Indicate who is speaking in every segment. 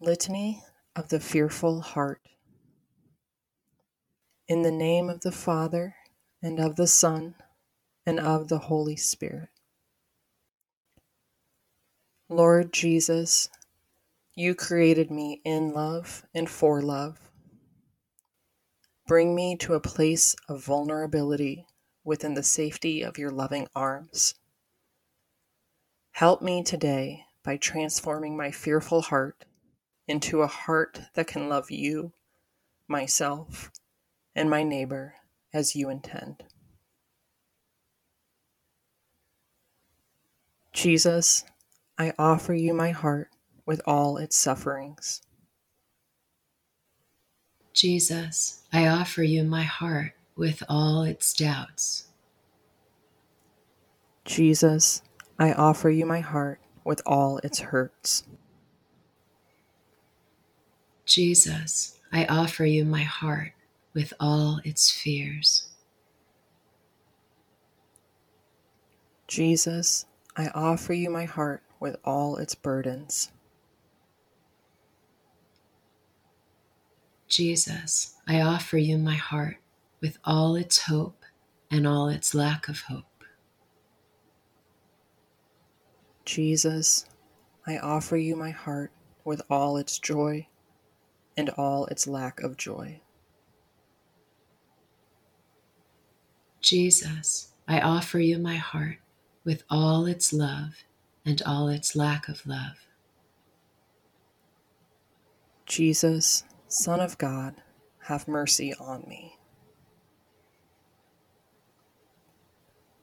Speaker 1: Litany of the Fearful Heart. In the name of the Father, and of the Son, and of the Holy Spirit. Lord Jesus, you created me in love and for love. Bring me to a place of vulnerability within the safety of your loving arms. Help me today by transforming my fearful heart into a heart that can love you, myself, and my neighbor as you intend. Jesus, I offer you my heart with all its sufferings.
Speaker 2: Jesus, I offer you my heart with all its doubts.
Speaker 1: Jesus, I offer you my heart with all its hurts.
Speaker 2: Jesus, I offer you my heart with all its fears.
Speaker 1: Jesus, I offer you my heart with all its burdens.
Speaker 2: Jesus, I offer you my heart with all its hope and all its lack of hope.
Speaker 1: Jesus, I offer you my heart with all its joy and all its lack of joy.
Speaker 2: Jesus, I offer you my heart with all its love and all its lack of love.
Speaker 1: Jesus, Son of God, have mercy on me.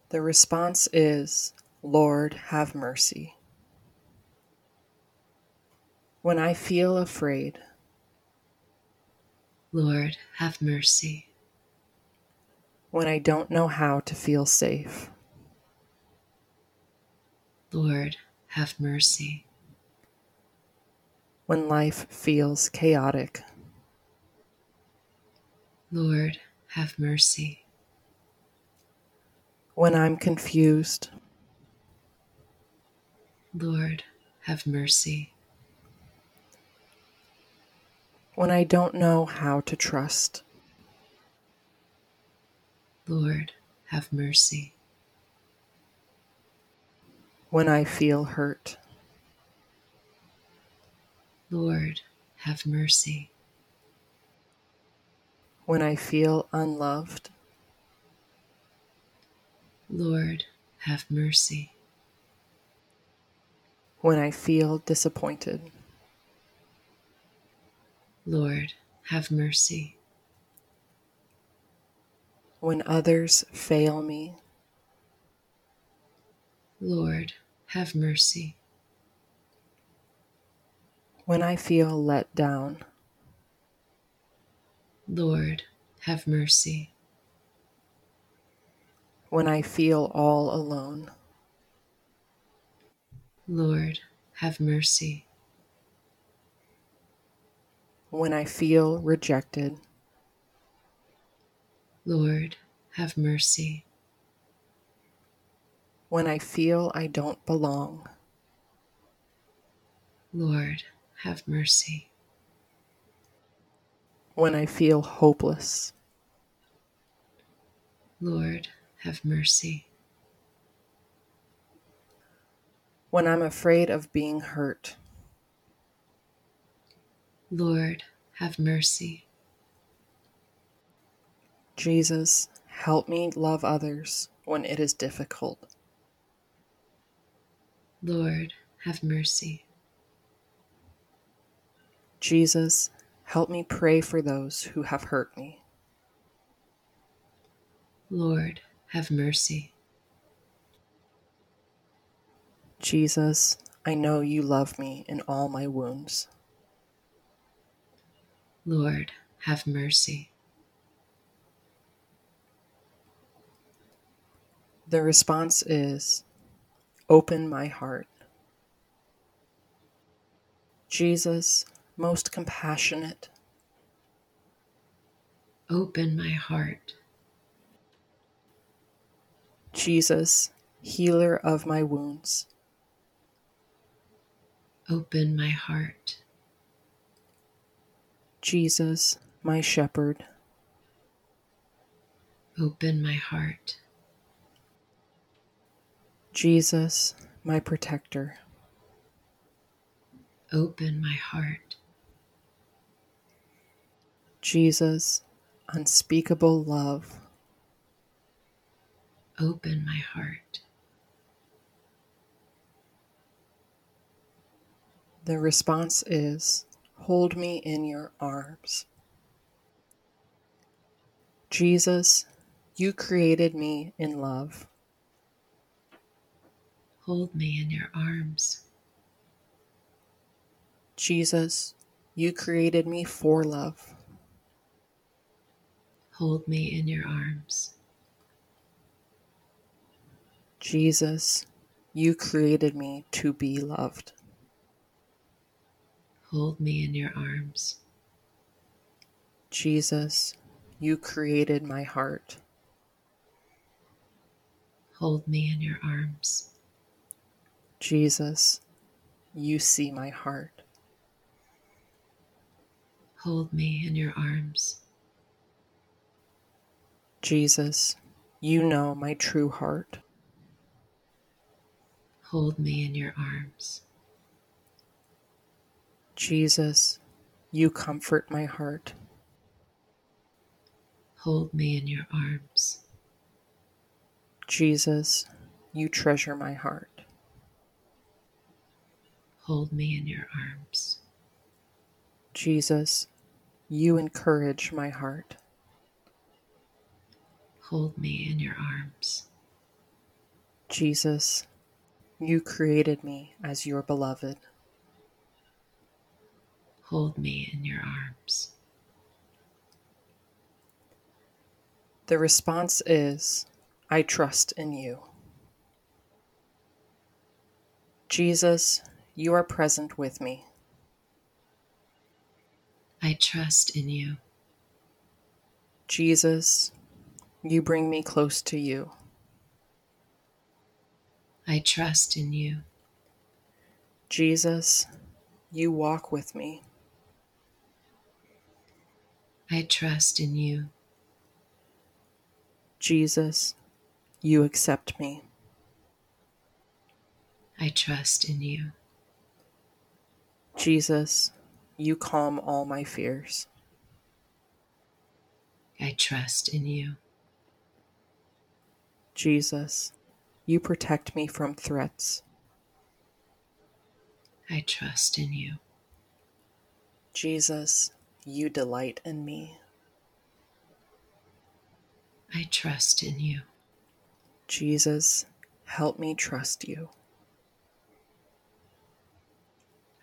Speaker 1: The response is, Lord, have mercy. When I feel afraid,
Speaker 2: Lord, have mercy.
Speaker 1: when I don't know how to feel safe,
Speaker 2: Lord, have mercy.
Speaker 1: when life feels chaotic,
Speaker 2: Lord, have mercy.
Speaker 1: when I'm confused,
Speaker 2: Lord, have mercy.
Speaker 1: when I don't know how to trust,
Speaker 2: Lord, have mercy.
Speaker 1: when I feel hurt,
Speaker 2: Lord, have mercy.
Speaker 1: when I feel unloved,
Speaker 2: Lord, have mercy.
Speaker 1: when I feel disappointed,
Speaker 2: Lord, have mercy.
Speaker 1: when others fail me,
Speaker 2: Lord, have mercy.
Speaker 1: when I feel let down,
Speaker 2: Lord, have mercy.
Speaker 1: when I feel all alone,
Speaker 2: Lord, have mercy.
Speaker 1: when I feel rejected,
Speaker 2: Lord, have mercy.
Speaker 1: when I feel I don't belong,
Speaker 2: Lord, have mercy.
Speaker 1: when I feel hopeless,
Speaker 2: Lord, have mercy.
Speaker 1: when I'm afraid of being hurt,
Speaker 2: Lord, have mercy.
Speaker 1: Jesus, help me love others when it is difficult,
Speaker 2: Lord, have mercy.
Speaker 1: Jesus, help me pray for those who have hurt me,
Speaker 2: Lord, have mercy.
Speaker 1: Jesus, I know you love me in all my wounds.
Speaker 2: Lord, have mercy.
Speaker 1: The response is, Open my heart. Jesus, most compassionate,
Speaker 2: Open my heart.
Speaker 1: Jesus, healer of my wounds,
Speaker 2: Open my heart.
Speaker 1: Jesus, my shepherd,
Speaker 2: Open my heart.
Speaker 1: Jesus, my protector,
Speaker 2: Open my heart.
Speaker 1: Jesus, unspeakable love,
Speaker 2: Open my heart.
Speaker 1: the response is Hold me in your arms. Jesus, you created me in love.
Speaker 2: Hold me in your arms.
Speaker 1: Jesus, you created me for love.
Speaker 2: Hold me in your arms.
Speaker 1: Jesus, you created me to be loved.
Speaker 2: Hold me in your arms.
Speaker 1: Jesus, you created my heart.
Speaker 2: Hold me in your arms.
Speaker 1: Jesus, you see my heart.
Speaker 2: Hold me in your arms.
Speaker 1: Jesus, you know my true heart.
Speaker 2: Hold me in your arms.
Speaker 1: Jesus, you comfort my heart.
Speaker 2: Hold me in your arms.
Speaker 1: Jesus, you treasure my heart.
Speaker 2: Hold me in your arms.
Speaker 1: Jesus, you encourage my heart.
Speaker 2: Hold me in your arms.
Speaker 1: Jesus, you created me as your beloved.
Speaker 2: Hold me in your arms.
Speaker 1: The response is, I trust in you. Jesus, you are present with me.
Speaker 2: I trust in you.
Speaker 1: Jesus, you bring me close to you.
Speaker 2: I trust in you.
Speaker 1: Jesus, you walk with me.
Speaker 2: I trust in you.
Speaker 1: Jesus, you accept me.
Speaker 2: I trust in you.
Speaker 1: Jesus, you calm all my fears.
Speaker 2: I trust in you.
Speaker 1: Jesus, you protect me from threats.
Speaker 2: I trust in you.
Speaker 1: Jesus, you delight in me.
Speaker 2: I trust in you.
Speaker 1: Jesus, help me trust you.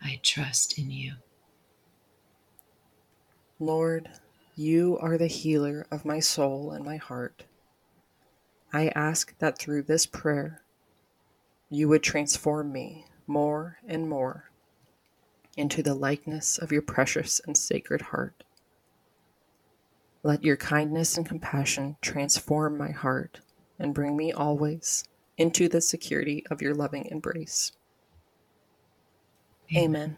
Speaker 2: I trust in you.
Speaker 1: Lord, you are the healer of my soul and my heart. I ask that through this prayer, you would transform me more and more into the likeness of your precious and sacred heart. Let your kindness and compassion transform my heart and bring me always into the security of your loving embrace. Amen.